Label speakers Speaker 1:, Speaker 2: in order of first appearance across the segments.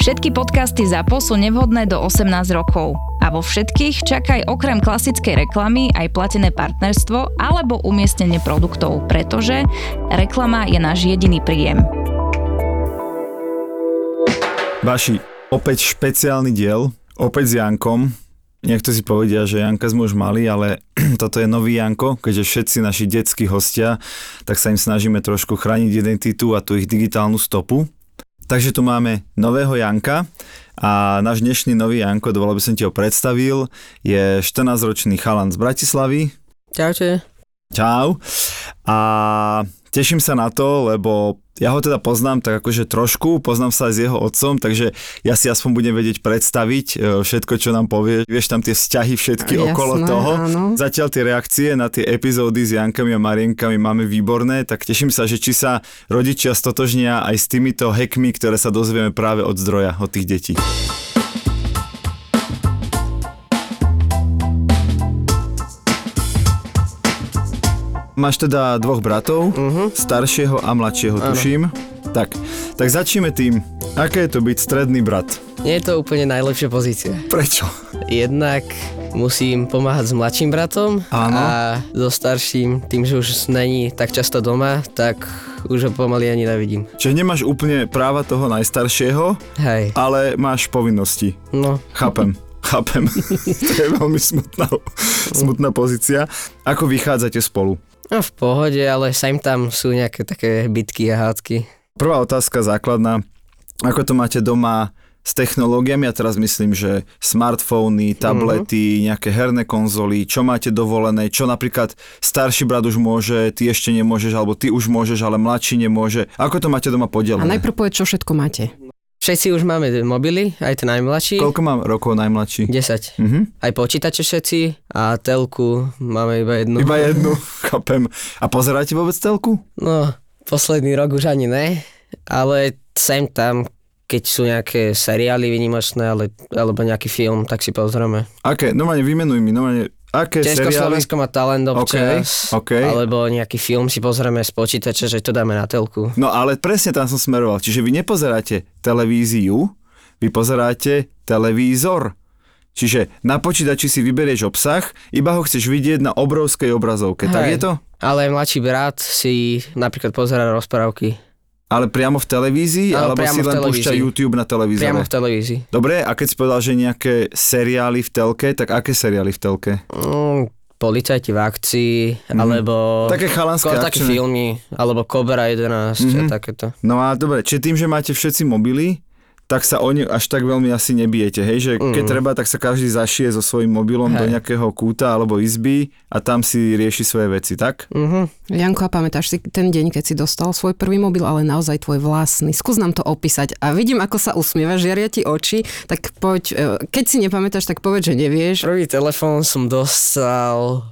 Speaker 1: Všetky podcasty ZAPO sú nevhodné do 18 rokov. A vo všetkých čakaj okrem klasickej reklamy aj platené partnerstvo alebo umiestnenie produktov, pretože reklama je náš jediný príjem.
Speaker 2: Vaši, opäť špeciálny diel, opäť s Jankom. Niekto si povedia, že Janka sme už mali, ale toto je nový Janko, keďže všetci naši detskí hostia, tak sa im snažíme trošku chrániť identitu a tú ich digitálnu stopu. Takže tu máme nového Janka a náš dnešný nový Janko, dovolil by som ti ho predstavil, je 14-ročný chalan z Bratislavy.
Speaker 3: Čaute.
Speaker 2: Čau. A teším sa na to, lebo ja ho teda poznám tak akože trošku, poznám sa aj s jeho otcom, takže ja si aspoň budem vedieť predstaviť e, všetko, čo nám povie. Vieš tam tie vzťahy všetky
Speaker 3: Jasné,
Speaker 2: okolo toho.
Speaker 3: áno.
Speaker 2: Zatiaľ tie reakcie na tie epizódy s Jankami a Marienkami máme výborné, tak teším sa, že či sa rodičia stotožnia aj s týmito hackmi, ktoré sa dozvieme práve od zdroja, od tých detí. Máš teda dvoch bratov, uh-huh. staršieho a mladšieho, tuším. Tak, tak začneme tým, aké je to byť stredný brat?
Speaker 3: Nie je to úplne najlepšia pozícia.
Speaker 2: Prečo?
Speaker 3: Jednak musím pomáhať s mladším bratom
Speaker 2: Áno.
Speaker 3: a so starším, tým, že už není tak často doma, tak už ho pomaly ani nevidím.
Speaker 2: Čiže nemáš úplne práva toho najstaršieho,
Speaker 3: Hej,
Speaker 2: ale máš povinnosti.
Speaker 3: no,
Speaker 2: Chápem, chápem. to je veľmi smutná, smutná pozícia. Ako vychádzate spolu?
Speaker 3: no v pohode, ale sa im tam sú nejaké také bitky a hádky.
Speaker 2: Prvá otázka základná. Ako to máte doma s technológiami? Ja teraz myslím, že smartfóny, tablety, nejaké herné konzoly, čo máte dovolené, čo napríklad starší brat už môže, ty ešte nemôžeš, alebo ty už môžeš, ale mladší nemôže. Ako to máte doma
Speaker 4: A
Speaker 2: podelené?
Speaker 4: najprv povedz, čo všetko máte.
Speaker 3: Všetci už máme mobily, aj ten najmladší.
Speaker 2: Koľko mám rokov najmladší?
Speaker 3: 10.
Speaker 2: Mhm.
Speaker 3: Aj počítače všetci a telku máme iba
Speaker 4: No.
Speaker 3: jednu.
Speaker 2: Iba jednu, chápem. A pozeráte vôbec telku?
Speaker 3: No, posledný rok už ani ne, ale sem tam, keď sú nejaké seriály vynimočné, ale, alebo nejaký film, tak si pozrieme.
Speaker 2: Aké? Normálne vymenuj mi, normálne, aké
Speaker 3: Česko,
Speaker 2: seriály?
Speaker 3: Slovensko má talent občas,
Speaker 2: OK, OK.
Speaker 3: alebo nejaký film si pozrieme z počítača, že to dáme na telku.
Speaker 2: No ale presne tam som smeroval. Čiže vy nepozeráte televíziu, vy pozeráte televízor. Čiže na počítači si vyberieš obsah, iba ho chceš vidieť na obrovskej obrazovke. Tak
Speaker 3: Hej.
Speaker 2: je to?
Speaker 3: Ale mladší brat si napríklad pozera rozprávky
Speaker 2: Ale priamo v televízii,
Speaker 3: Áno,
Speaker 2: alebo
Speaker 3: priamo
Speaker 2: si
Speaker 3: v
Speaker 2: len
Speaker 3: televízii.
Speaker 2: púšťa YouTube na
Speaker 3: priamo
Speaker 2: televízore?
Speaker 3: v televízii.
Speaker 2: Dobre, a keď si povedal, že nejaké seriály v telke, tak aké seriály v telke?
Speaker 3: Mm, policajti v akcii, alebo
Speaker 2: Mhm. Také chalanské
Speaker 3: ko- také
Speaker 2: akčné.
Speaker 3: filmy, alebo Cobra 11 a takéto.
Speaker 2: No a dobre, čiže tým, že máte všetci mobily, tak sa o ne až tak veľmi asi nebijete, hej? Že keď treba, tak sa každý zašije so svojím mobilom do nejakého kúta alebo izby a tam si rieši svoje veci, tak?
Speaker 4: Mm.
Speaker 3: Mhm.
Speaker 4: Janko, a pamätáš si ten deň, keď si dostal svoj prvý mobil, ale naozaj tvoj vlastný? Skús nám to opísať. A vidím, ako sa usmievaš, žiaria ti oči, tak poď, e, keď si nepamätáš, tak povedz, že nevieš.
Speaker 3: Prvý telefón som dostal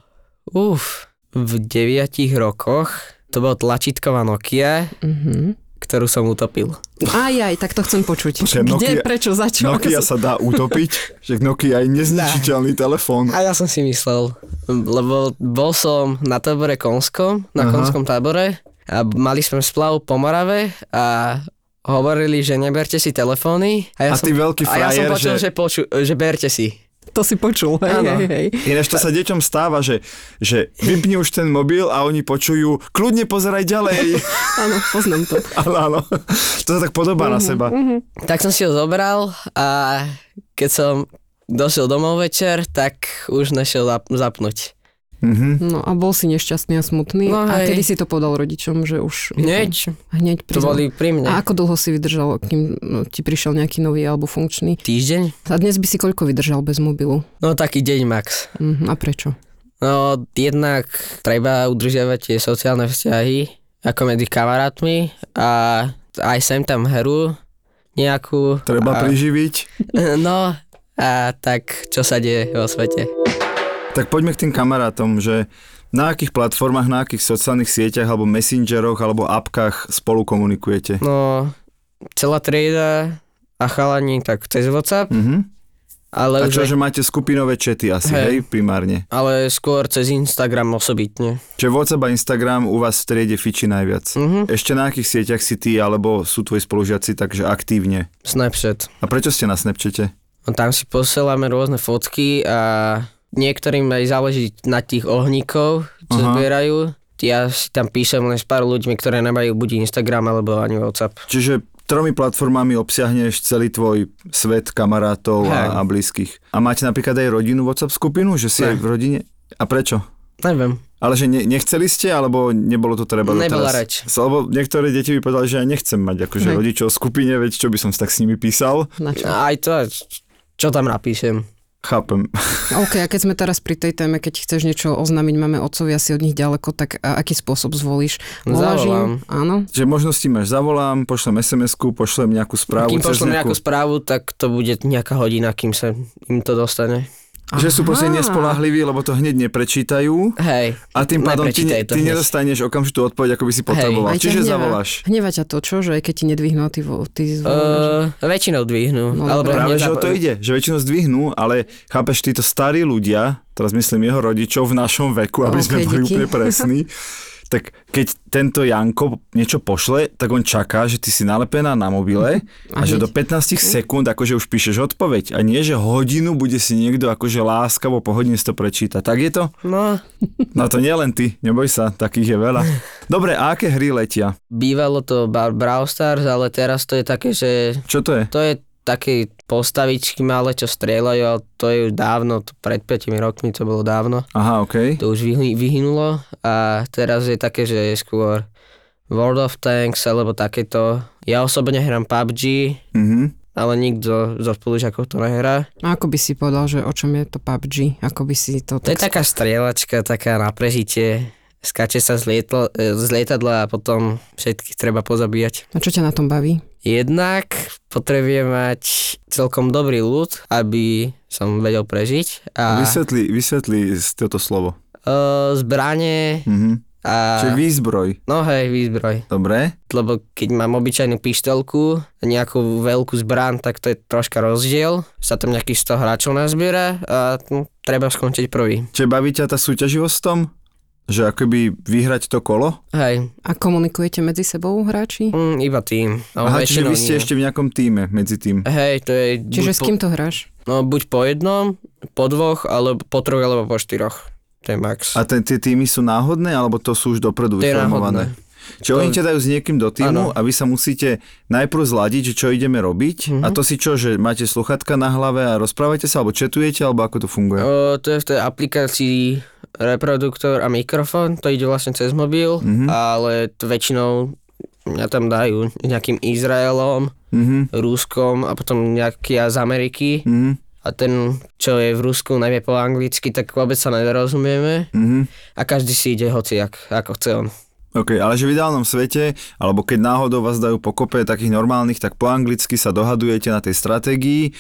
Speaker 3: uf, v 9 rokoch. To bola tlačítková Nokia,
Speaker 4: Mhm.
Speaker 3: ktorú som utopil.
Speaker 4: Aj, aj, tak to chcem počuť.
Speaker 2: Počkaj,
Speaker 4: Kde,
Speaker 2: Nokia-
Speaker 4: prečo, za čo?
Speaker 2: Nokia
Speaker 4: Ako
Speaker 2: sa dá utopiť, že Nokia je nezničiteľný telefón.
Speaker 3: A ja som si myslel, lebo bol som na tábore Konskom,
Speaker 2: Aha.
Speaker 3: na Konskom tábore a mali sme splav po Morave a hovorili, že neberte si telefóny. A ja
Speaker 2: A ty
Speaker 3: som,
Speaker 2: veľký
Speaker 3: a ja som
Speaker 2: frajer,
Speaker 3: počul,
Speaker 2: že-
Speaker 3: že, poču, že berte si.
Speaker 4: To si počul, hej,
Speaker 3: Áno.
Speaker 4: hej, hej.
Speaker 2: Ináč to sa deťom stáva, že, že vypni už ten mobil a oni počujú, kľudne pozeraj ďalej.
Speaker 4: Áno, poznám to.
Speaker 2: Áno, áno. To sa tak podobá na seba.
Speaker 3: Tak som si ho zobral a keď som došiel domov večer, tak už nešiel zap- zapnúť.
Speaker 2: Mhm.
Speaker 4: No a bol si nešťastný a smutný.
Speaker 3: No,
Speaker 4: a
Speaker 3: hej.
Speaker 4: kedy si to podal rodičom, že už...
Speaker 3: Hneď. To
Speaker 4: Hneď priznal.
Speaker 3: boli pri mne.
Speaker 4: A ako dlho si vydržal, kým no, ti prišiel nejaký nový alebo funkčný?
Speaker 3: Týždeň?
Speaker 4: A dnes by si koľko vydržal bez mobilu?
Speaker 3: No taký deň max.
Speaker 4: Mhm, a prečo?
Speaker 3: No jednak treba udržiavať tie sociálne vzťahy ako medzi kamarátmi a aj sem tam heru nejakú.
Speaker 2: Treba priživiť.
Speaker 3: No a tak, čo sa deje vo svete?
Speaker 2: Tak poďme k tým kamarátom, že na akých platformách, na akých sociálnych sieťach alebo messengeroch alebo apkách spolu komunikujete?
Speaker 3: No, celá trieda a chalani tak cez WhatsApp,
Speaker 2: Mhm. A
Speaker 3: ale,
Speaker 2: čo,
Speaker 3: už aj,
Speaker 2: že máte skupinové čety asi, hej,
Speaker 3: Hej.
Speaker 2: primárne.
Speaker 3: ale skôr cez Instagram osobitne.
Speaker 2: Čiže WhatsApp a Instagram u vás v triede fiči najviac.
Speaker 3: Mhm.
Speaker 2: Ešte na akých sieťach si ty alebo sú tvoji spolužiaci takže aktívne?
Speaker 3: Snapchat.
Speaker 2: A prečo ste na Snapchate?
Speaker 3: No, tam si posielame rôzne fotky a niektorým aj záleží na tých ohníkov, čo
Speaker 2: Aha.
Speaker 3: zbierajú. Ja si tam píšem len s pár ľuďmi, ktoré nemajú buď Instagram alebo ani WhatsApp.
Speaker 2: Čiže tromi platformami obsiahneš celý tvoj svet kamarátov
Speaker 3: Hej.
Speaker 2: a, a blízkych. A máte napríklad aj rodinu WhatsApp skupinu, že si
Speaker 3: Ne.
Speaker 2: aj v rodine? A prečo?
Speaker 3: Neviem.
Speaker 2: Ale že ne, nechceli ste, alebo nebolo to treba
Speaker 3: Nebola reč.
Speaker 2: doteraz? Lebo niektoré deti by povedali, že ja nechcem mať akože
Speaker 4: Ne.
Speaker 2: rodičov v skupine, veď čo by som si tak s nimi písal.
Speaker 4: Na čo?
Speaker 3: Aj to, čo tam napíšem.
Speaker 2: Chápem.
Speaker 4: OK, a keď sme teraz pri tej téme, keď chceš niečo oznámiť, máme otcovia si od nich ďaleko, tak a aký spôsob zvolíš? Voláš
Speaker 3: Zavolám.
Speaker 4: im? Áno.
Speaker 2: Že možnosti máš, zavolám, pošlem SMS-ku, pošlem nejakú správu.
Speaker 3: Kým
Speaker 2: cez
Speaker 3: pošlem
Speaker 2: nejakú
Speaker 3: nejakú správu, tak to bude nejaká hodina, kým sa im to dostane.
Speaker 2: Že sú proste
Speaker 4: Aha.
Speaker 2: nespolahliví, lebo to hneď neprečítajú
Speaker 3: Hej.
Speaker 2: a tým pádom ty,
Speaker 3: Neprečítajú to
Speaker 2: ty
Speaker 3: hneď.
Speaker 2: nedostaneš okamžitú odpoveď, ako by si potreboval.
Speaker 4: Aj ťa
Speaker 2: Čiže
Speaker 4: hnevá.
Speaker 2: zavoláš.
Speaker 4: Hnevá ťa to, čo? Že aj keď ti nedvihnú a ty, vo, ty zvoláš.
Speaker 3: Uh, väčšinou dvihnú.
Speaker 4: No,
Speaker 3: alebo
Speaker 4: dobre.
Speaker 2: Práve,
Speaker 3: hneď
Speaker 2: že o
Speaker 3: na-
Speaker 2: to ide, že väčšinou zdvihnú, ale chápeš, títo starí ľudia, teraz myslím jeho rodičov v našom veku, aby sme
Speaker 4: Ok,
Speaker 2: boli
Speaker 4: díky.
Speaker 2: úplne presní, tak keď tento Janko niečo pošle, tak on čaká, že ty si nalepená na mobile a, že do
Speaker 4: hneď.
Speaker 2: 15 sekúnd akože už píšeš odpoveď a nie, že hodinu bude si niekto akože láskavo po hodine si to prečíta. Tak je to?
Speaker 3: No,
Speaker 2: No to nie len ty, neboj sa, takých je veľa. Dobre, a aké hry letia?
Speaker 3: bývalo to Bar- Brawl Stars, ale teraz to je také, že
Speaker 2: Čo to je?
Speaker 3: to je také postavičky malé, čo strieľajú, ale to je už dávno, to pred 5 rokmi to bolo dávno.
Speaker 2: Aha, okej.
Speaker 3: To už vyhy- vyhynulo a teraz je také, že je skôr World of Tanks alebo takéto. Ja osobne hrám PUBG,
Speaker 2: Mhm.
Speaker 3: ale nikto zo spolužiakov to nehrá.
Speaker 4: A No, ako by si povedal, že o čom je to PUBG? Ako by si to...
Speaker 3: To je taká strieľačka, taká na prežitie. Skače sa z, lietla, e, z lietadla a potom všetkých treba pozabíjať.
Speaker 4: A no, čo ťa na tom baví?
Speaker 3: Jednak potrebuje mať celkom dobrý ľud, aby som vedel prežiť. A e,
Speaker 2: Vysvetli, vysvetli z- toto slovo.
Speaker 3: zbranie
Speaker 2: Mhm.
Speaker 3: a...
Speaker 2: Čiže výzbroj.
Speaker 3: No hej, výzbroj.
Speaker 2: Dobre.
Speaker 3: Lebo keď mám obyčajnú pištolku, nejakú veľkú zbrán, tak to je troška rozdiel. Sa tam nejakých 100 hráčov nazbiera a no, treba skončiť prvý.
Speaker 2: Čiže baví ťa tá súťaživosť v tom? Že akoby vyhrať to kolo?
Speaker 3: Hej,
Speaker 4: A komunikujete medzi sebou hráči?
Speaker 3: mm, iba tým. No,
Speaker 2: Aha, čiže
Speaker 3: väčšinou
Speaker 2: vy ste
Speaker 3: nie.
Speaker 2: ešte v nejakom týme medzi tým.
Speaker 3: Hej, to je...
Speaker 4: Čiže
Speaker 3: buď
Speaker 4: s kým to hráš?
Speaker 3: Po, no, buď po jednom, po dvoch, alebo po troch, alebo po štyroch. To je max.
Speaker 2: A ten, tie týmy sú náhodné, alebo to sú už dopredu
Speaker 3: to je náhodné.
Speaker 2: vyformované? Čiže oni
Speaker 3: To-
Speaker 2: ťa dajú s niekým do týmu a vy sa musíte najprv zladiť, že čo ideme robiť.
Speaker 3: Mhm.
Speaker 2: A to si čo, že máte sluchatka na hlave a rozprávate sa, alebo četujete, alebo ako to funguje?
Speaker 3: O, to je v tej aplikácii reproduktor a mikrofón, to ide vlastne cez mobil, mm-hmm. ale to väčšinou mňa tam dajú nejakým Izraelom,
Speaker 2: Mhm,
Speaker 3: Ruskom a potom nejaký z Ameriky.
Speaker 2: mhm,
Speaker 3: A ten, čo je v Rusku, nevie po anglicky, tak vôbec sa nerozumieme.
Speaker 2: mhm.
Speaker 3: A každý si ide hociak, ako chce on.
Speaker 2: OK, ale že v ideálnom svete, alebo keď náhodou vás dajú pokope takých normálnych, tak po anglicky sa dohadujete na tej stratégii,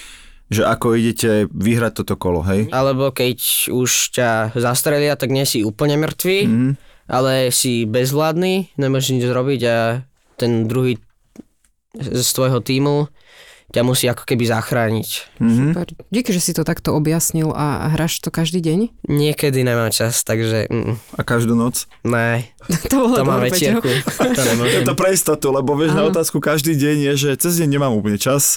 Speaker 2: že ako idete vyhrať toto kolo, hej?
Speaker 3: Alebo keď už ťa zastrelia, tak nie si úplne mŕtvý,
Speaker 2: Mhm.
Speaker 3: ale si bezvládny, nemôžeš nič zrobiť a ten druhý z z tvojho týmu ťa musí ako keby zachrániť.
Speaker 2: Mhm.
Speaker 4: Super. Díky, že si to takto objasnil a hráš to každý deň?
Speaker 3: Niekedy nemám čas, takže mm,
Speaker 2: A každú noc?
Speaker 3: ne,
Speaker 4: to bolo
Speaker 3: to mám
Speaker 4: dobré, Peťo.
Speaker 3: večierku. To nemôžem.
Speaker 2: Je to pre istotu, lebo vieš, na otázku každý deň je, že cez deň nemám úplne čas.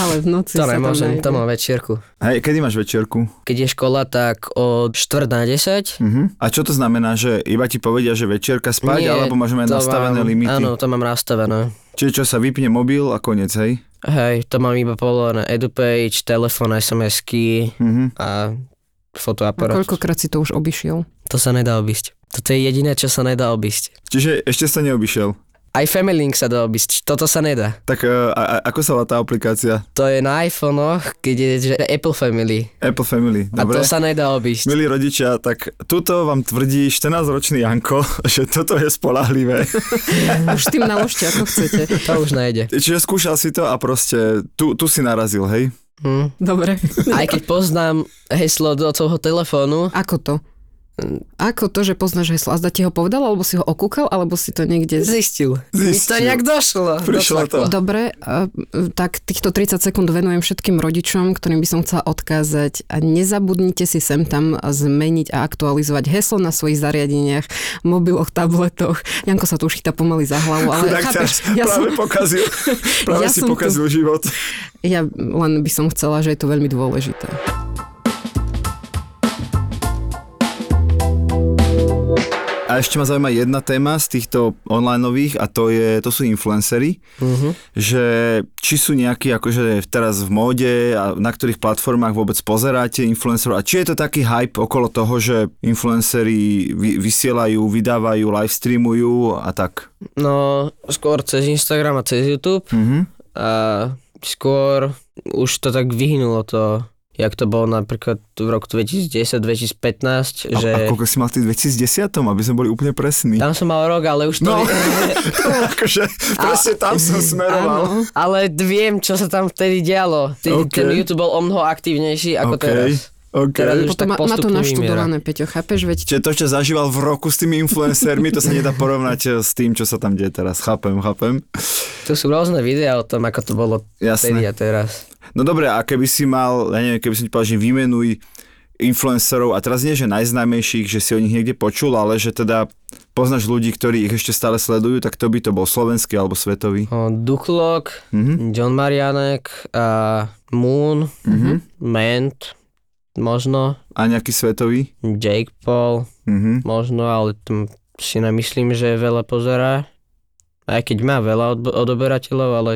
Speaker 4: Ale v noci
Speaker 3: To
Speaker 4: sa
Speaker 3: nemôžem,
Speaker 4: tam
Speaker 3: to mám večierku.
Speaker 2: Hej, kedy máš večierku?
Speaker 3: Keď je škola, tak od 4 na 10.
Speaker 2: Mhm. A čo to znamená, že iba ti povedia, že večierka spať,
Speaker 3: Nie,
Speaker 2: alebo máš mať
Speaker 3: to
Speaker 2: nastavené
Speaker 3: mám,
Speaker 2: limity?
Speaker 3: Áno, to mám nastavené.
Speaker 2: Čiže čo sa vypne mobil a konec, hej?
Speaker 3: Hej, to mám iba povolené EduPage, telefón, SMS-ky
Speaker 2: Mhm.
Speaker 3: a
Speaker 4: A
Speaker 3: fotoaparát.
Speaker 4: koľkokrát si to už obišiel?
Speaker 3: To sa nedá obísť. Toto je jediné, čo sa nedá obísť.
Speaker 2: Čiže ešte sa neobyšiel.
Speaker 3: Aj Family Link sa dá obísť, toto sa nedá.
Speaker 2: Tak e, a, a, ako sa volá tá aplikácia?
Speaker 3: To je na iPhonech, keď je že Apple Family.
Speaker 2: Apple Family,
Speaker 3: A
Speaker 2: dobre?
Speaker 3: to sa nedá obísť.
Speaker 2: Milí rodičia, tak tuto vám tvrdí 14-ročný Janko, že toto je spolahlivé.
Speaker 4: Už s tým naložte, ako chcete.
Speaker 3: To už nejde.
Speaker 2: Čiže skúšal si to a proste tu, tu si narazil, hej?
Speaker 3: Hm.
Speaker 4: Dobre.
Speaker 3: Aj keď poznám heslo do toho telefónu,
Speaker 4: Ako to? Ako to, že poznáš heslo? A zda ti ho povedal, alebo si ho okúkal, alebo si to niekde... Z...
Speaker 3: zistil. Mi to
Speaker 2: Zistil.
Speaker 3: nejak došlo.
Speaker 2: Prišlo
Speaker 3: Došla-
Speaker 2: to.
Speaker 4: Dobre, a, tak týchto 30 sekúnd venujem všetkým rodičom, ktorým by som chcela odkázať a nezabudnite si sem tam zmeniť a aktualizovať heslo na svojich zariadeniach, mobiloch, tabletoch. Janko sa tu už chytá pomaly za hlavu, ale
Speaker 2: Chudák ťa
Speaker 4: chápeš, ja, som,
Speaker 2: práve pokazil, práve
Speaker 4: Ja
Speaker 2: si
Speaker 4: som tu.
Speaker 2: pokazil život.
Speaker 4: ja len by som chcela, že je to veľmi dôležité.
Speaker 2: A ešte ma zaujíma jedna téma z týchto onlineových a to, je, to sú influencery,
Speaker 3: Mhm.
Speaker 2: uh-huh. že či sú nejakí akože teraz v móde a na ktorých platformách vôbec pozeráte influencerov a či je to taký hype okolo toho, že influenceri vy, vysielajú, vydávajú, livestreamujú a tak.
Speaker 3: No, skôr cez Instagram a cez YouTube.
Speaker 2: Uh-huh.
Speaker 3: A skôr už to tak vyhnulo to, jak to bolo napríklad v roku 2010-2015,
Speaker 2: A,
Speaker 3: že...
Speaker 2: a koľko si mal v tých 2010, aby sme boli úplne presní?
Speaker 3: Tam som mal rok, ale už to...
Speaker 2: No.
Speaker 3: vie-
Speaker 2: akože, presne tam som smeroval.
Speaker 4: Áno.
Speaker 3: ale viem, čo sa tam vtedy dialo. Vtedy
Speaker 2: OK.
Speaker 3: Ten YouTube bol o mnoho aktívnejší ako
Speaker 2: OK,
Speaker 3: teraz.
Speaker 2: OK.
Speaker 3: Teraz už
Speaker 4: Potom
Speaker 3: tak
Speaker 4: má, má to
Speaker 3: postupne
Speaker 4: naštudované, Peťo, chápeš? Veď
Speaker 2: Čiže to, čo zažíval v roku s tými influencermi, to sa nedá porovnať eh, s tým, čo sa tam deje teraz. Chápem, chápem.
Speaker 3: Tu sú rôzne videá o tom, ako to bolo
Speaker 2: Jasné.
Speaker 3: vtedy a teraz.
Speaker 2: No dobre, a keby si mal, ja neviem, keby som ti povedal, že vymenuj influencerov, a teraz nie, že najznámejších, že si o nich niekde počul, ale že teda poznáš ľudí, ktorí ich ešte stále sledujú, tak to by to bol slovenský alebo svetový.
Speaker 3: O, Duklok,
Speaker 2: Mhm.
Speaker 3: John Marianek, a Moon,
Speaker 2: Mhm.
Speaker 3: Ment, možno,
Speaker 2: A nejaký svetový?
Speaker 3: Jake Paul,
Speaker 2: Mhm.
Speaker 3: Možno, ale tam si nemyslím, že veľa pozerá. Aj keď má veľa odb- odoberateľov, ale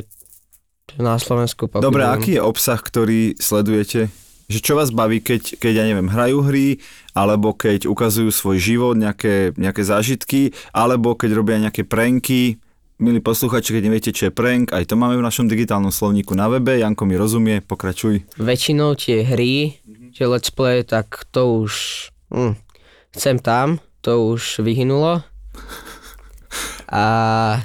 Speaker 3: na Slovensku popudujem.
Speaker 2: Dobre, aký je obsah, ktorý sledujete? Že čo vás baví, keď, keď ja neviem, hrajú hry, alebo keď ukazujú svoj život, nejaké, nejaké zážitky, alebo keď robia nejaké pranky. Milí posluchači, keď neviete, čo je prank, aj to máme v našom digitálnom slovníku na webe. Janko mi rozumie, pokračuj.
Speaker 3: Väčšinou tie hry,
Speaker 2: Mhm.
Speaker 3: tie let's play, tak to už... Hm, sem tam, to už vyhynulo. A,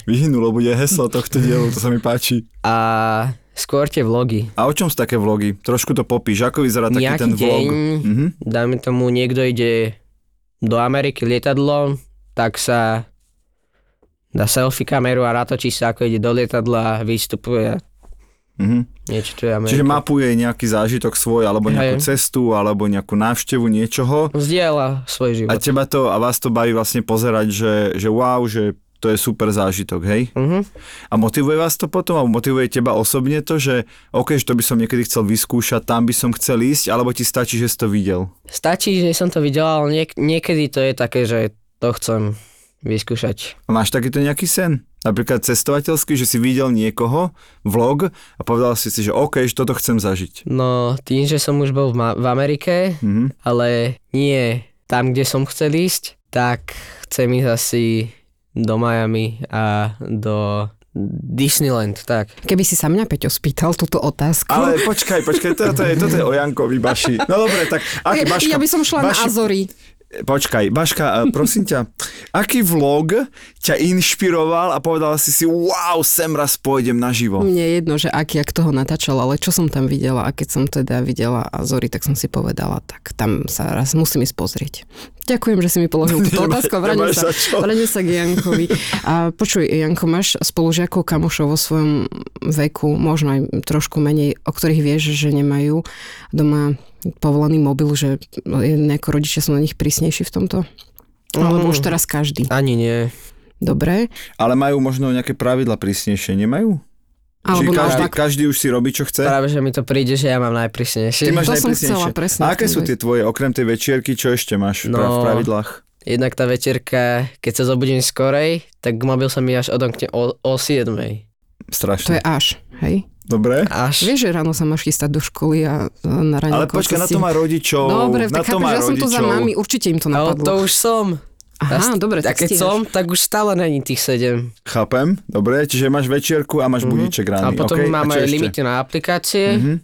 Speaker 2: Vyhynulo bude heslo tohto dielu, to sa mi páči.
Speaker 3: a skôr tie vlogy.
Speaker 2: A o čom sú také vlogy? Trošku to popíš, ako vyzerá taký
Speaker 3: Nejaký
Speaker 2: ten vlog?
Speaker 3: deň,
Speaker 2: Mhm.
Speaker 3: dáme tomu, niekto ide do Ameriky lietadlom, tak sa dá selfie kameru a natočí sa, ako ide do lietadla a vystupuje a
Speaker 2: Mhm.
Speaker 3: niečo tu je Amerika.
Speaker 2: Čiže mapuje nejaký zážitok svoj, alebo nejakú
Speaker 3: Hej.
Speaker 2: cestu, alebo nejakú návštevu niečoho.
Speaker 3: Vzdiela svoj
Speaker 2: A
Speaker 3: život.
Speaker 2: teba to, a vás to baví vlastne pozerať, že, že wow, že to je super zážitok, hej?
Speaker 3: Mhm.
Speaker 2: A motivuje vás to potom, alebo motivuje teba osobne to, že OK, že to by som niekedy chcel vyskúšať, tam by som chcel ísť, alebo ti stačí, že si to videl?
Speaker 3: Stačí, že som to videl, ale niek- niekedy to je také, že to chcem vyskúšať.
Speaker 2: A máš takýto nejaký sen? Napríklad cestovateľský, že si videl niekoho, vlog, a povedal si si, že OK, že toto chcem zažiť.
Speaker 3: No tým, že som už bol v, ma- v Amerike,
Speaker 2: Mhm.
Speaker 3: ale nie tam, kde som chcel ísť, tak chcem ísť asi do Miami a do Disneyland, tak.
Speaker 4: keby si sa mňa, Peťo, spýtal túto otázku,
Speaker 2: Ale počkaj, počkaj, toto je, toto je o Jankovi Baši. No dobre, tak aký Baška?
Speaker 4: ja by som šla na Azory.
Speaker 2: Počkaj, Baška, e, prosím ťa, aký vlog ťa inšpiroval a povedala si si, wow, sem raz pôjdem naživo.
Speaker 4: Mne je jedno, že aký, ak toho natáčala, ale čo som tam videla a keď som teda videla Azory, tak som si povedala, tak tam sa raz musím ísť pozrieť. Ďakujem, že si mi položil túto
Speaker 2: Nemá-
Speaker 4: otázku. a Vráťme
Speaker 2: nemáš
Speaker 4: sa,
Speaker 2: za čo.
Speaker 4: vráťme sa k Jankovi. A počuj, Janko, máš spolužiakov kamošov vo svojom veku, možno aj trošku menej, o ktorých vieš, že nemajú doma povolený mobil, že nejako rodičia sú na nich prísnejší v tomto?
Speaker 2: Mm.
Speaker 4: Alebo už teraz každý.
Speaker 3: Ani nie.
Speaker 4: Dobre.
Speaker 2: Ale majú možno nejaké pravidla prísnejšie, nemajú? Čiže
Speaker 4: Alebo
Speaker 2: každý,
Speaker 4: naopak.
Speaker 2: každý už si robí, čo chce?
Speaker 3: Práve, že mi to príde, že ja mám
Speaker 2: Ty
Speaker 3: najprísnejšie.
Speaker 2: máš
Speaker 4: To som
Speaker 2: najprísnejšie.
Speaker 4: chcela, presne
Speaker 2: A aké
Speaker 4: v tom
Speaker 2: sú
Speaker 4: veku.
Speaker 2: tie tvoje, okrem tej večierky, čo ešte máš no. v
Speaker 3: No.
Speaker 2: pravidlách?
Speaker 3: Jednak tá večerka, keď sa zobudím skorej, tak mobil sa mi až odomkne o, o 7.
Speaker 4: To je
Speaker 2: Strašne.
Speaker 4: až, hej?
Speaker 2: Dobre?
Speaker 3: Až.
Speaker 4: Vieš, že ráno sa máš chystať do školy a e, na ráno
Speaker 2: Ale počkaj, na to má rodičov.
Speaker 4: Dobre,
Speaker 2: na
Speaker 4: tak
Speaker 2: to
Speaker 4: chápem,
Speaker 2: má
Speaker 4: že ja som tu
Speaker 2: rodičov.
Speaker 4: za mami, určite im to
Speaker 3: Ale
Speaker 4: napadlo.
Speaker 3: to No, už som. a,
Speaker 4: Aha, dobre,
Speaker 3: a
Speaker 4: tak
Speaker 3: keď
Speaker 4: stíhaš.
Speaker 3: som, tak už stále není tých 7.
Speaker 2: Chápem, dobre, čiže máš večierku a
Speaker 4: Mhm.
Speaker 2: máš budíček rány.
Speaker 3: A potom
Speaker 2: okay?
Speaker 3: máme
Speaker 2: čo ešte?
Speaker 3: limity na aplikácie,
Speaker 2: Mhm,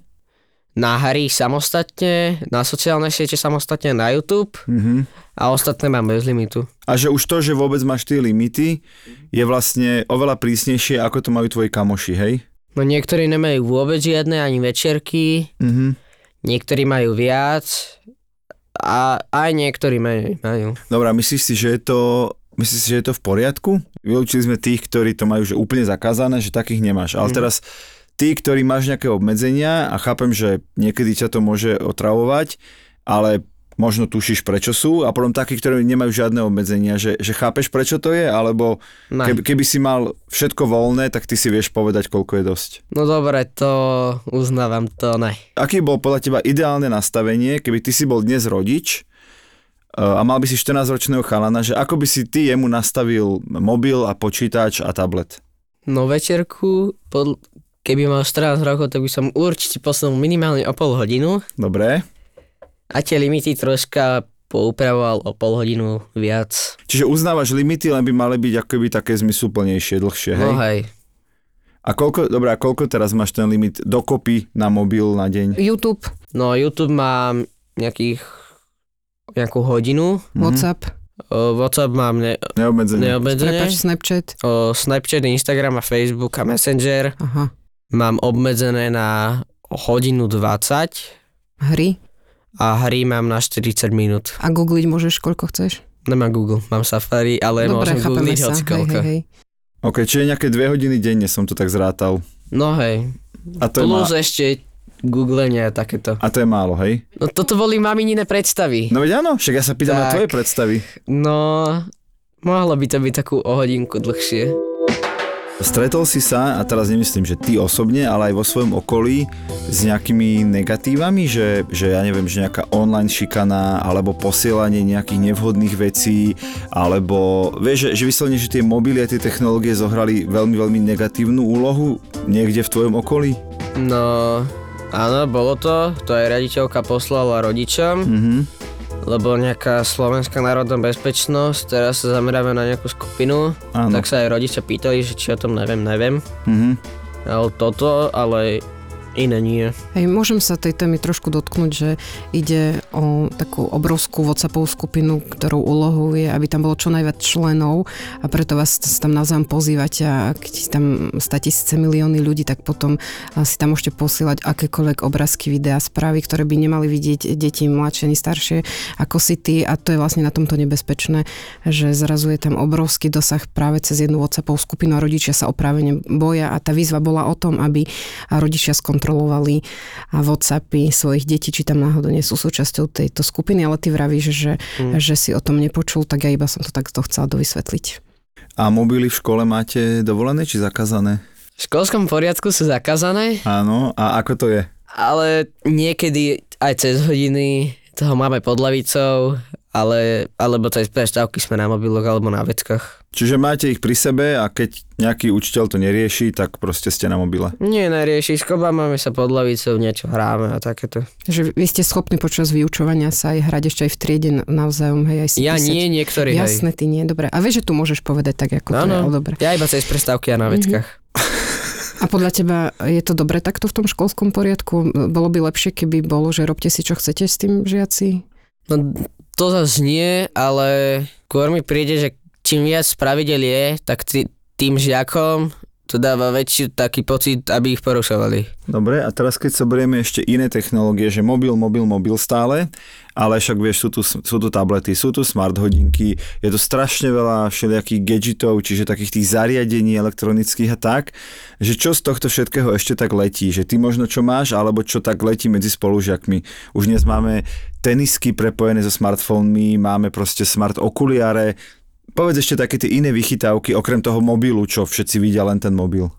Speaker 3: na hry samostatne, na sociálne siete samostatne, na YouTube
Speaker 2: mhm.
Speaker 3: a ostatné máme bez limitu.
Speaker 2: A že už to, že vôbec máš tie limity, je vlastne oveľa prísnejšie, ako to majú tvoji kamoši, hej?
Speaker 3: No niektorí nemajú vôbec žiadne, ani večerky,
Speaker 2: Mhm.
Speaker 3: niektorí majú viac a aj niektorí menej majú.
Speaker 2: Dobre, a myslíš si, že je to Myslíš si, že je to v poriadku? Vylúčili sme tých, ktorí to majú že úplne zakázané, že takých nemáš. Ale
Speaker 3: Mhm.
Speaker 2: teraz tí, ktorí máš nejaké obmedzenia a chápem, že niekedy ťa to môže otravovať, ale možno tušíš, prečo sú a potom takí, ktorí nemajú žiadne obmedzenia, že, že chápeš, prečo to je, alebo
Speaker 3: Ne.
Speaker 2: keby, keby si mal všetko voľné, tak ty si vieš povedať, koľko je dosť.
Speaker 3: No dobre, to uznávam, to ne.
Speaker 2: Aký bol podľa teba ideálne nastavenie, keby ty si bol dnes rodič e, a mal by si 14-ročného chalana, že ako by si ty jemu nastavil mobil a počítač a tablet?
Speaker 3: No večerku, pod, keby mal 14 rokov, tak by som určite posunul minimálne o pol hodinu
Speaker 2: Dobre.
Speaker 3: a tie limity troška poupravoval o pol hodinu viac.
Speaker 2: Čiže uznávaš limity, len by mali byť akoby také zmysluplnejšie, dlhšie, hej?
Speaker 3: No hej.
Speaker 2: A koľko, dobré, a koľko teraz máš ten limit dokopy na mobil na deň?
Speaker 4: YouTube,
Speaker 3: No YouTube mám nejakých nejakú hodinu,
Speaker 2: Mhm.
Speaker 4: WhatsApp,
Speaker 3: o, WhatsApp mám ne,
Speaker 2: Neobmedzenie.
Speaker 3: neobmedzené,
Speaker 4: prepáč, Snapchat.
Speaker 3: o Snapchat, Instagram a Facebook a Messenger
Speaker 4: Aha,
Speaker 3: mám obmedzené na hodinu 20
Speaker 4: hry.
Speaker 3: a hry mám na 40 minút.
Speaker 4: A googliť môžeš, koľko chceš.
Speaker 3: Nemám Google, mám Safari, ale
Speaker 4: Dobre,
Speaker 3: môžem
Speaker 4: chápeme
Speaker 3: googliť
Speaker 4: sa. Hej,
Speaker 3: hocikoľko.
Speaker 4: hej, hej.
Speaker 2: OK, čiže nejaké dve hodiny denne som to tak zrátal.
Speaker 3: No hej,
Speaker 2: A to, je má,
Speaker 3: plus ešte googlenie a takéto.
Speaker 2: a to je málo, hej?
Speaker 3: No toto boli maminine predstavy.
Speaker 2: No veď áno, však ja sa pýtam na
Speaker 3: Tak.
Speaker 2: tvoje predstavy.
Speaker 3: No, mohlo by to byť takú o hodinku dlhšie.
Speaker 2: Stretol si sa, a teraz nemyslím, že ty osobne, ale aj vo svojom okolí s nejakými negatívami, že, že ja neviem, že nejaká online šikana, alebo posielanie nejakých nevhodných vecí, alebo vieš, že, že vyslovene, že tie mobily a tie technológie zohrali veľmi, veľmi negatívnu úlohu niekde v tvojom okolí?
Speaker 3: No, áno, bolo to. To aj raditeľka poslala rodičom,
Speaker 2: Mhm.
Speaker 3: lebo nejaká Slovenská národná bezpečnosť, teraz sa zameráme na nejakú skupinu,
Speaker 2: Áno.
Speaker 3: tak sa aj rodičia pýtali, že či o tom neviem, neviem.
Speaker 2: Mhm.
Speaker 3: Ale toto, ale iné nie.
Speaker 4: Hej, môžem sa tej témy trošku dotknúť, že ide o takú obrovskú WhatsAppovú skupinu, ktorou úlohou je, aby tam bolo čo najviac členov a preto vás s- tam navzájom pozývate a keď si tam 100 tisíce milióny ľudí, tak potom a, si tam môžete posielať akékoľvek obrázky, videá, správy, ktoré by nemali vidieť deti mladšie ani staršie ako si ty a to je vlastne na tomto nebezpečné, že zrazu je tam obrovský dosah práve cez jednu WhatsAppovú skupinu a rodičia sa oprávene boja a tá výzva bola o tom, aby a rodičia skontrolovali a WhatsAppy svojich detí, či tam náhodou nie sú súčasťou tejto skupiny, ale ty vravíš, že,
Speaker 3: Mm.
Speaker 4: že si o tom nepočul, tak ja iba som to takto chcela dovysvetliť.
Speaker 2: A mobily v škole máte dovolené či zakázané?
Speaker 3: V školskom poriadku sú zakázané,
Speaker 2: Áno, a ako to je?
Speaker 3: ale niekedy aj cez hodiny toho máme pod lavicou, ale, alebo cez prestávky sme na mobiloch alebo na veckách.
Speaker 2: Čiže máte ich pri sebe a keď nejaký učiteľ to nerieši, tak proste ste na mobile.
Speaker 3: Nie, nerieši, skobáme sa pod lavicou, niečo hráme a takéto.
Speaker 4: Že vy ste schopní počas vyučovania sa aj hrať ešte aj v triede navzájom, hej, aj si
Speaker 3: Ja
Speaker 4: písať.
Speaker 3: nie, niektorí hej.
Speaker 4: Jasné, ty nie, dobre. A vieš, že tu môžeš povedať tak, ako to
Speaker 3: Áno.
Speaker 4: je, ale dobre.
Speaker 3: Ja iba cez prestávky a na veckách.
Speaker 4: A podľa teba je to dobre takto v tom školskom poriadku? Bolo by lepšie, keby bolo, že robte si, čo chcete s tým žiaci?
Speaker 3: No to zase nie, ale skôr mi príde, že čím viac pravidel je, tak tý, tým žiakom to dáva väčší taký pocit, aby ich porušovali.
Speaker 2: Dobre, a teraz keď sa berieme ešte iné technológie, že mobil, mobil, mobil stále, ale však vieš, sú tu, sú tu tablety, sú tu smart hodinky, je tu strašne veľa všelijakých gadgetov, čiže takých tých zariadení elektronických a tak, že čo z tohto všetkého ešte tak letí, že ty možno čo máš, alebo čo tak letí medzi spolužiakmi. Už dnes máme tenisky prepojené so smartfónmi, máme proste smart okuliare, Povedz ešte také tie iné vychytávky, okrem toho mobilu, čo všetci vidia len ten mobil.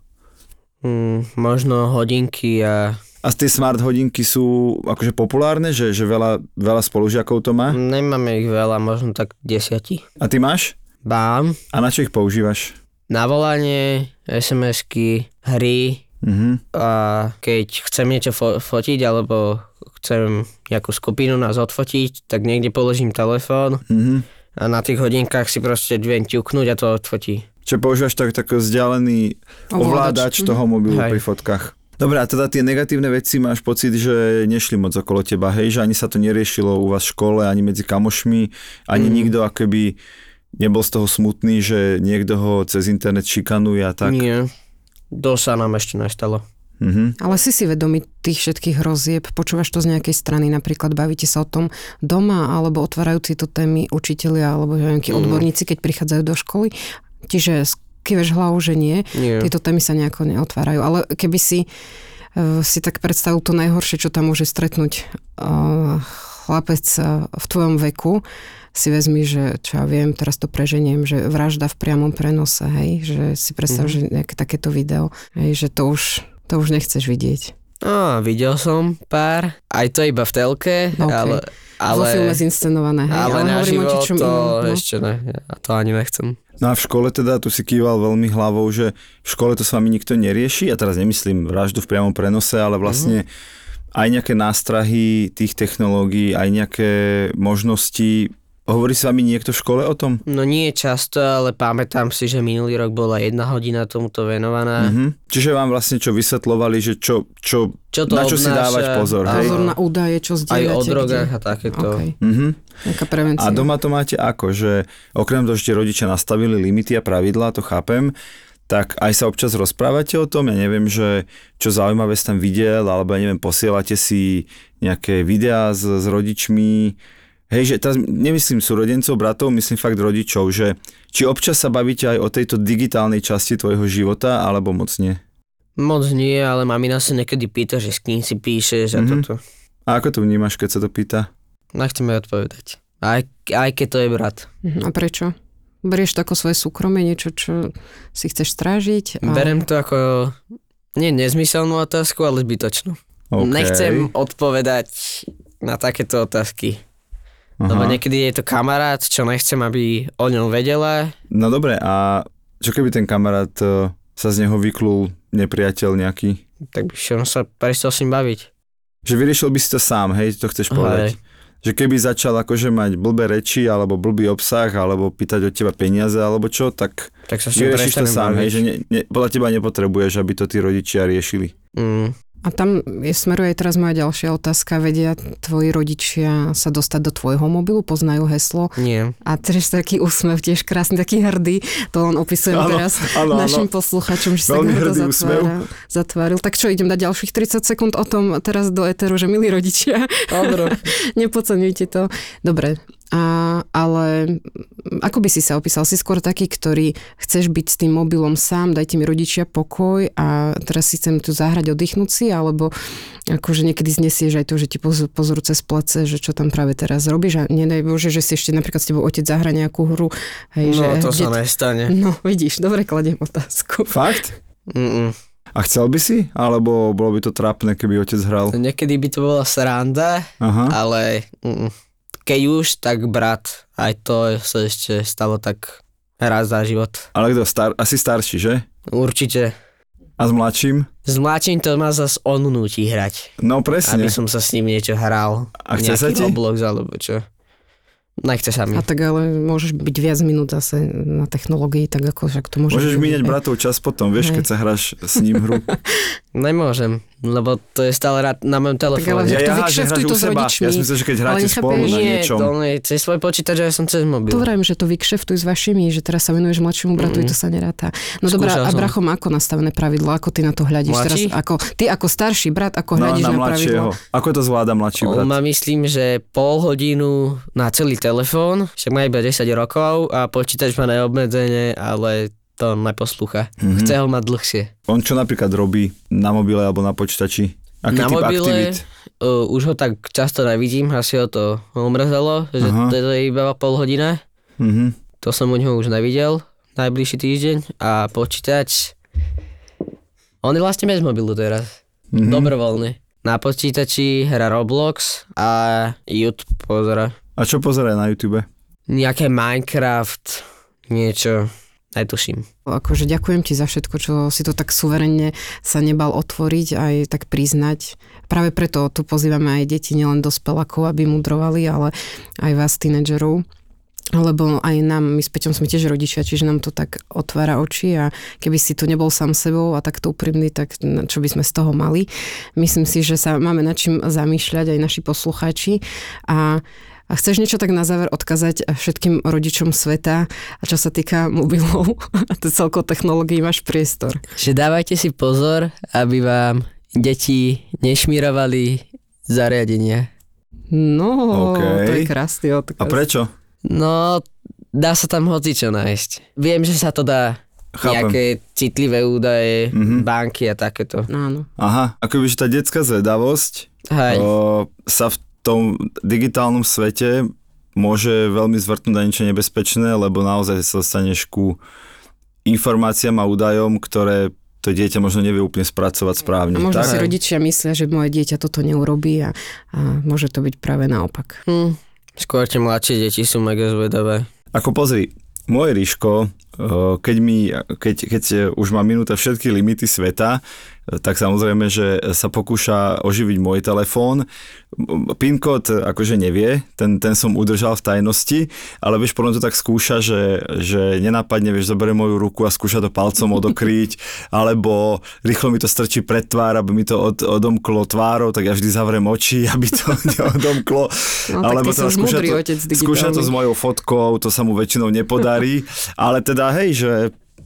Speaker 3: Mm, možno hodinky a
Speaker 2: A tie smart hodinky sú akože populárne, že, že veľa, veľa spolužiakov to
Speaker 3: Mm.
Speaker 2: má.
Speaker 3: nemáme ich veľa, možno tak desiatí.
Speaker 2: A ty máš?
Speaker 3: Bám,
Speaker 2: A na čo ich používaš?
Speaker 3: na volanie, SMS-ky, hry
Speaker 2: Mhm.
Speaker 3: a keď chcem niečo fo- fotiť alebo chcem nejakú skupinu nás odfotiť, tak niekde položím telefón
Speaker 2: Mhm.
Speaker 3: a na tých hodinkách si proste viem ťuknúť a to odfotí.
Speaker 2: Čo používaš tak, tak vzdialený ovládač,
Speaker 4: Ovládač, mhm.
Speaker 2: toho mobilu
Speaker 3: Hej.
Speaker 2: pri fotkách. Dobre, a teda tie negatívne veci máš pocit, že nešli moc okolo teba, hej, že ani sa to neriešilo u vás v škole, ani medzi kamošmi, ani mm. nikto akoby nebol z toho smutný, že niekto ho cez internet šikanuje a tak.
Speaker 3: Nie. To sa nám ešte nestalo.
Speaker 2: Mhm.
Speaker 4: Ale si si vedomý tých všetkých hrozieb, počúvaš to z nejakej strany, napríklad bavíte sa o tom doma, alebo otvárajú tieto témy učitelia, alebo že nejakí odborníci, keď prichádzajú do školy. Čiže skýveš hlavu, že nie,
Speaker 3: Nie.
Speaker 4: tieto témy sa nejako neotvárajú. Ale keby si eh, si tak predstavil to najhoršie, čo tam môže stretnúť eh, chlapec eh, v tvojom veku, si vezmi, že čo ja viem, teraz to preženiem, že vražda v priamom prenose, hej, že si predstav,
Speaker 3: Mhm.
Speaker 4: mm-hmm. že nejaké takéto video, hej, že to už, to už nechceš vidieť.
Speaker 3: No, videl som pár, aj to iba v telke,
Speaker 4: No, okej.
Speaker 3: ale,
Speaker 4: Ale, Vo filme
Speaker 3: ale,
Speaker 4: zinscenované, hej,
Speaker 3: ale na
Speaker 4: hovorím o
Speaker 3: živo
Speaker 4: niečom
Speaker 3: to
Speaker 4: inom, no.
Speaker 3: ešte ne, a to ani nechcem.
Speaker 2: No a v škole teda, tu si kýval veľmi hlavou, že v škole to s vami nikto nerieši, ja teraz nemyslím vraždu v priamom prenose, ale
Speaker 3: Mhm.
Speaker 2: vlastne aj nejaké nástrahy tých technológií, aj nejaké možnosti. Hovorí s vami niekto v škole o tom?
Speaker 3: No nie často, ale pamätám si, že minulý rok bola jedna hodina tomuto venovaná. Mm-hmm.
Speaker 2: Mhm. Čiže vám vlastne čo vysvetlovali, že čo, čo,
Speaker 3: Čo to
Speaker 2: na čo si
Speaker 3: obnáša,
Speaker 2: dávať pozor. Hej?
Speaker 4: Pozor na údaje, čo
Speaker 3: Aj
Speaker 4: zdieľate.
Speaker 3: o
Speaker 4: kde.
Speaker 3: drogách a takéto.
Speaker 4: Okay.
Speaker 2: Mhm.
Speaker 4: Nejaká prevencia.
Speaker 2: A doma to máte ako, že okrem toho, že ti rodičia nastavili limity a pravidlá, to chápem, tak aj sa občas rozprávate o tom, ja neviem, že čo zaujímavé si tam videl, alebo ja neviem, posielate si nejaké videá s, s rodičmi, Hej, že teraz nemyslím súrodencov, bratov, myslím fakt rodičov, že či občas sa bavíte aj o tejto digitálnej časti tvojho života, alebo moc nie.
Speaker 3: Moc nie, ale mamina sa niekedy pýta, že s kým si píšeš a
Speaker 2: Mhm.
Speaker 3: mm-hmm. toto.
Speaker 2: A ako to vnímaš, keď sa to pýta?
Speaker 3: Nechcem jej odpovedať. Aj, aj keď to je brat.
Speaker 4: Mhm, A prečo? Berieš to ako svoje súkromie, niečo, čo si chceš strážiť? A...
Speaker 3: Berem to ako, nie nezmyselnú otázku, ale zbytočnú.
Speaker 2: OK.
Speaker 3: Nechcem odpovedať na takéto otázky.
Speaker 2: Aha.
Speaker 3: Lebo niekedy je to kamarát, čo nechcem, aby o ňom vedela.
Speaker 2: No dobre, a čo keby ten kamarát e, sa z neho vyklul nepriateľ nejaký?
Speaker 3: Tak by som sa prestal s ním baviť.
Speaker 2: Že vyriešil by si to sám, hej, to chceš povedať.
Speaker 3: Hej.
Speaker 2: Že keby začal akože mať blbé reči, alebo blbý obsah, alebo pýtať od teba peniaze, alebo čo, tak
Speaker 3: Tak sa s ním
Speaker 2: vyriešiš to
Speaker 3: prestanem
Speaker 2: sám,
Speaker 3: baviť.
Speaker 2: hej, že ne, ne, podľa teba nepotrebuješ, aby to tí rodičia riešili.
Speaker 3: Mm.
Speaker 4: a tam je, smeruje aj teraz moja ďalšia otázka. Vedia tvoji rodičia sa dostať do tvojho mobilu? Poznajú heslo?
Speaker 3: Nie.
Speaker 4: A tiež taký úsmev, tiež krásny, taký hrdý. To len opisujem
Speaker 2: Áno,
Speaker 4: teraz
Speaker 2: áno, áno.
Speaker 4: našim posluchačom, že sa
Speaker 2: Veľmi
Speaker 4: tak hrdo
Speaker 2: hrdý úsmev.
Speaker 4: zatvára, zatváril. Tak čo, idem dať ďalších 30 sekúnd o tom teraz do éteru, že milí rodičia, nepodceňujte to. Dobre, a, ale ako by si sa opísal? Si skôr taký, ktorý chceš byť s tým mobilom sám, dajte mi rodičia pokoj a teraz si chcem tu zahrať, oddychnúť si, alebo akože niekedy znesieš aj to, že ti poz- pozrú cez plece, že čo tam práve teraz robíš a nedaj Bože, že si ešte napríklad s tebou otec zahra nejakú hru.
Speaker 3: No
Speaker 4: Hej, že,
Speaker 3: to sa
Speaker 4: že-
Speaker 3: nestane.
Speaker 4: No, vidíš, dobre kladiem otázku.
Speaker 2: Fakt?
Speaker 3: Mm-mm.
Speaker 2: A chcel by si? Alebo bolo by to trápne, keby otec hral?
Speaker 3: Niekedy by to bola sranda,
Speaker 2: Aha.
Speaker 3: ale mm, keď už, tak brat. Aj to sa ešte stalo tak raz za život.
Speaker 2: Ale kto? Star, asi starší, že?
Speaker 3: Určite.
Speaker 2: A s mladším?
Speaker 3: S mladším to ma zas on nutí hrať,
Speaker 2: No
Speaker 3: aby
Speaker 2: presne.
Speaker 3: som sa s ním niečo hral.
Speaker 2: A chce sa
Speaker 3: Nejaký
Speaker 2: ti?
Speaker 3: Roblox alebo čo. Nechce sa mi.
Speaker 4: A tak ale môžeš byť viac minút zase na technológii, tak ako však to môžeš...
Speaker 2: Môžeš míňať bratov čas potom, vieš,
Speaker 4: Hej.
Speaker 2: keď sa hráš s ním hru.
Speaker 3: Nemôžem, lebo to je stále rád na mojom telefóne.
Speaker 4: ale-
Speaker 2: Ja, ja,
Speaker 4: Tak to
Speaker 2: že
Speaker 4: vykšeftuj
Speaker 2: hráš
Speaker 4: to
Speaker 2: u
Speaker 4: s
Speaker 2: seba.
Speaker 4: rodičmi.
Speaker 2: Ja som myslel, že keď hráte
Speaker 4: Ale
Speaker 2: spolu
Speaker 4: nechápeš?
Speaker 2: na
Speaker 3: Nie,
Speaker 2: niečom.
Speaker 3: to nie, cez svoj počítač, ja som cez mobil.
Speaker 4: To vrajím, že to vykšeftuj s vašimi, že teraz sa venuješ mladšiemu bratu, mm. to sa neráta.
Speaker 3: Skúšal
Speaker 4: No dobrá, a
Speaker 3: som.
Speaker 4: bracho má ako nastavené pravidlo, ako ty na to hľadíš
Speaker 3: Mladší?
Speaker 4: teraz, ako, ty ako starší brat, ako
Speaker 2: No,
Speaker 4: hľadíš
Speaker 2: na
Speaker 4: na, pravidlo.
Speaker 2: mladšieho. Ako to zvláda mladší
Speaker 3: On
Speaker 2: brat?
Speaker 3: má myslím, že pol hodinu na celý telefón, však má iba 10 rokov a počítač má neobmedzenie, ale to on neposlúcha.
Speaker 2: Mhm.
Speaker 3: Mm-hmm. Chce ho mať dlhšie.
Speaker 2: On čo napríklad robí na mobile alebo na počítači? Aký
Speaker 3: na
Speaker 2: typ
Speaker 3: mobile
Speaker 2: aktivít?
Speaker 3: uh, už ho tak často nevidím, asi ho to omrzelo, že
Speaker 2: Aha.
Speaker 3: to je iba pol hodina.
Speaker 2: Mhm.
Speaker 3: To som u neho už nevidel najbližší týždeň a počítač... On je vlastne bez mobilu teraz.
Speaker 2: Mhm.
Speaker 3: Mm-hmm. Dobrovoľne. Na počítači hra Roblox a YouTube pozera.
Speaker 2: A čo pozerá na YouTube?
Speaker 3: nejaké Minecraft, niečo, netuším.
Speaker 4: Akože ďakujem ti za všetko, čo si to tak suverenne sa nebal otvoriť aj tak priznať. Práve preto tu pozývame aj deti, nielen dospelakov, aby mudrovali, ale aj vás, tínedžerov. lebo aj nám, my s Peťom sme tiež rodičia, čiže nám to tak otvára oči a keby si tu nebol sám sebou a takto úprimný, tak na čo by sme z toho mali. Myslím si, že sa máme nad čím zamýšľať aj naši poslucháči a a chceš niečo tak na záver odkazať všetkým rodičom sveta, a čo sa týka mobilov a celkovo technológií, máš priestor.
Speaker 3: Že dávajte si pozor, aby vám deti nešmirovali zariadenia.
Speaker 2: Okej.
Speaker 4: No, okay. to je krásny odkaz.
Speaker 2: A prečo?
Speaker 3: No, dá sa tam hocičo nájsť. Viem, že sa to dá.
Speaker 2: Chápem.
Speaker 3: Nejaké citlivé údaje, mm-hmm. banky a takéto.
Speaker 4: Áno.
Speaker 2: Aha, akoby, že tá detská zvedavosť
Speaker 3: Hej.
Speaker 2: o, sa v tom digitálnom svete môže veľmi zvrtnúť na niečo nebezpečné, lebo naozaj sa dostaneš ku informáciám a údajom, ktoré to dieťa možno nevie úplne spracovať správne.
Speaker 4: A možno
Speaker 2: tak?
Speaker 4: si rodičia myslia, že moje dieťa toto neurobí a, a môže to byť práve naopak.
Speaker 3: Hm. Skôr tie mladšie deti sú mega zvedavé.
Speaker 2: Ako pozri, môj Ríško, e, keď, mi, keď, keď už má minúta všetky limity sveta, e, tak samozrejme, že sa pokúša oživiť môj telefón. M- PIN kód e, akože nevie, ten, ten som udržal v tajnosti, ale vieš, potom to tak skúša, že, že nenápadne, vieš, zoberie moju ruku a skúša to palcom odokryť, alebo rýchlo mi to strčí pred tvár, aby mi to od, odomklo tvárou, tak ja vždy zavrem oči, aby to neodomklo.
Speaker 4: No, tak ty
Speaker 2: teda
Speaker 4: si už múdry otec
Speaker 2: skúša to
Speaker 4: digitálny.
Speaker 2: s mojou fotkou, to sa mu väčšinou nepodarí, ale teda hej, že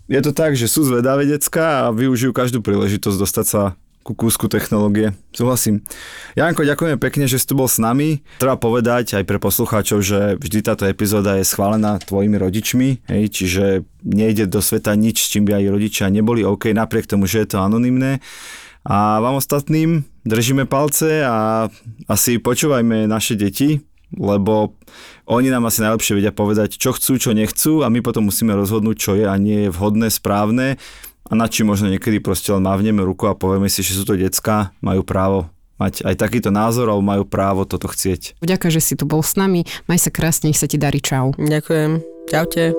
Speaker 2: je to tak, že sú zvedavé decka a využijú každú príležitosť dostať sa ku kúsku technológie. Súhlasím. Janko, ďakujem pekne, že si tu bol s nami. Treba povedať aj pre poslucháčov, že vždy táto epizóda je schválená tvojimi rodičmi, hej, čiže nejde do sveta nič, s čím by aj rodičia neboli OK, napriek tomu, že je to anonymné. A vám ostatným držíme palce a asi počúvajme naše deti, lebo oni nám asi najlepšie vedia povedať, čo chcú, čo nechcú a my potom musíme rozhodnúť, čo je a nie je vhodné, správne a na čím možno niekedy proste len mávneme ruku a povieme si, že sú to decka, majú právo mať aj takýto názor, alebo majú právo toto chcieť.
Speaker 4: Vďaka, že si tu bol s nami. Maj sa krásne, nech sa ti darí. Čau.
Speaker 3: Ďakujem. Čaute.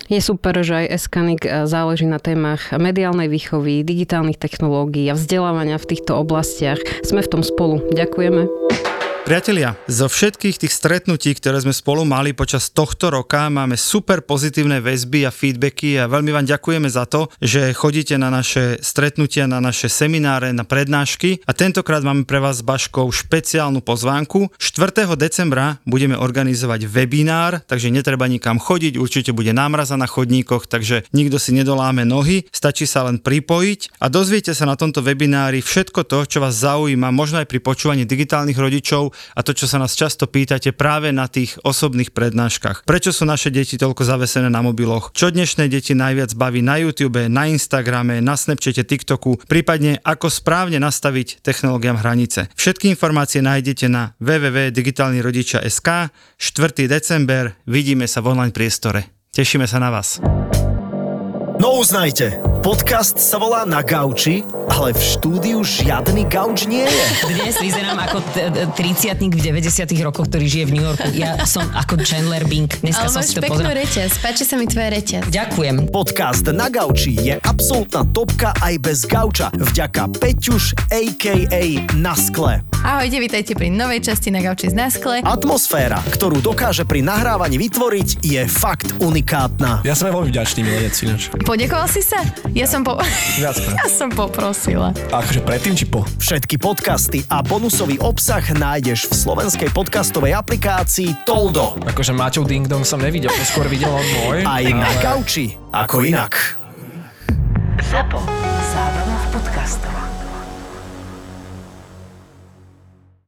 Speaker 4: Je super, že aj Eskanik e, záleží na témach mediálnej výchovy, digitálnych technológií a vzdelávania v týchto oblastiach. Sme v tom spolu. Ďakujeme.
Speaker 5: Priatelia, zo všetkých tých stretnutí, ktoré sme spolu mali počas tohto roka, máme super pozitívne väzby a feedbacky a veľmi vám ďakujeme za to, že chodíte na naše stretnutia, na naše semináre, na prednášky a tentokrát máme pre vás s Baškou špeciálnu pozvánku. 4. decembra budeme organizovať webinár, takže netreba nikam chodiť, určite bude námraza na chodníkoch, takže nikto si nedoláme nohy, stačí sa len pripojiť a dozviete sa na tomto webinári všetko to, čo vás zaujíma, možno aj pri počúvaní digitálnych rodičov a to, čo sa nás často pýtate práve na tých osobných prednáškach. Prečo sú naše deti toľko zavesené na mobiloch? Čo dnešné deti najviac baví na YouTube, na Instagrame, na Snapchate, TikToku, prípadne ako správne nastaviť technológiám hranice. Všetky informácie nájdete na www.digitálnyrodičia.sk 4. december, vidíme sa v online priestore. Tešíme sa na vás.
Speaker 6: No uznajte, podcast sa volá Na gauči, ale v štúdiu žiadny gauč nie je.
Speaker 7: Dnes vyzerám ako t- t- 30 v 90 rokoch, ktorý žije v New Yorku. Ja som ako Chandler Bing. Dneska
Speaker 8: Ale
Speaker 7: som
Speaker 8: máš
Speaker 7: si to
Speaker 8: peknú
Speaker 7: pozrel.
Speaker 8: reťaz, páči sa mi tvoja reťaz.
Speaker 7: Ďakujem.
Speaker 6: Podcast Na gauči je absolútna topka aj bez gauča vďaka Peťuš a.k.a. Naskle.
Speaker 8: Ahojte, vítajte pri novej časti na Gauči z Naskle.
Speaker 6: Atmosféra, ktorú dokáže pri nahrávaní vytvoriť, je fakt unikátna.
Speaker 9: Ja som aj veľmi vďačný, milenec ináč.
Speaker 8: Poďakoval si sa? Ja som po...
Speaker 9: Viackrát.
Speaker 8: ja som poprosila.
Speaker 9: A akože predtým či po?
Speaker 6: Všetky podcasty a bonusový obsah nájdeš v slovenskej podcastovej aplikácii Toldo.
Speaker 9: Akože Maťov Ding Dong som nevidel, to skôr videl on môj.
Speaker 6: Aj na gauči, ako inak.
Speaker 10: Zapo. Zábrná v podcastovách.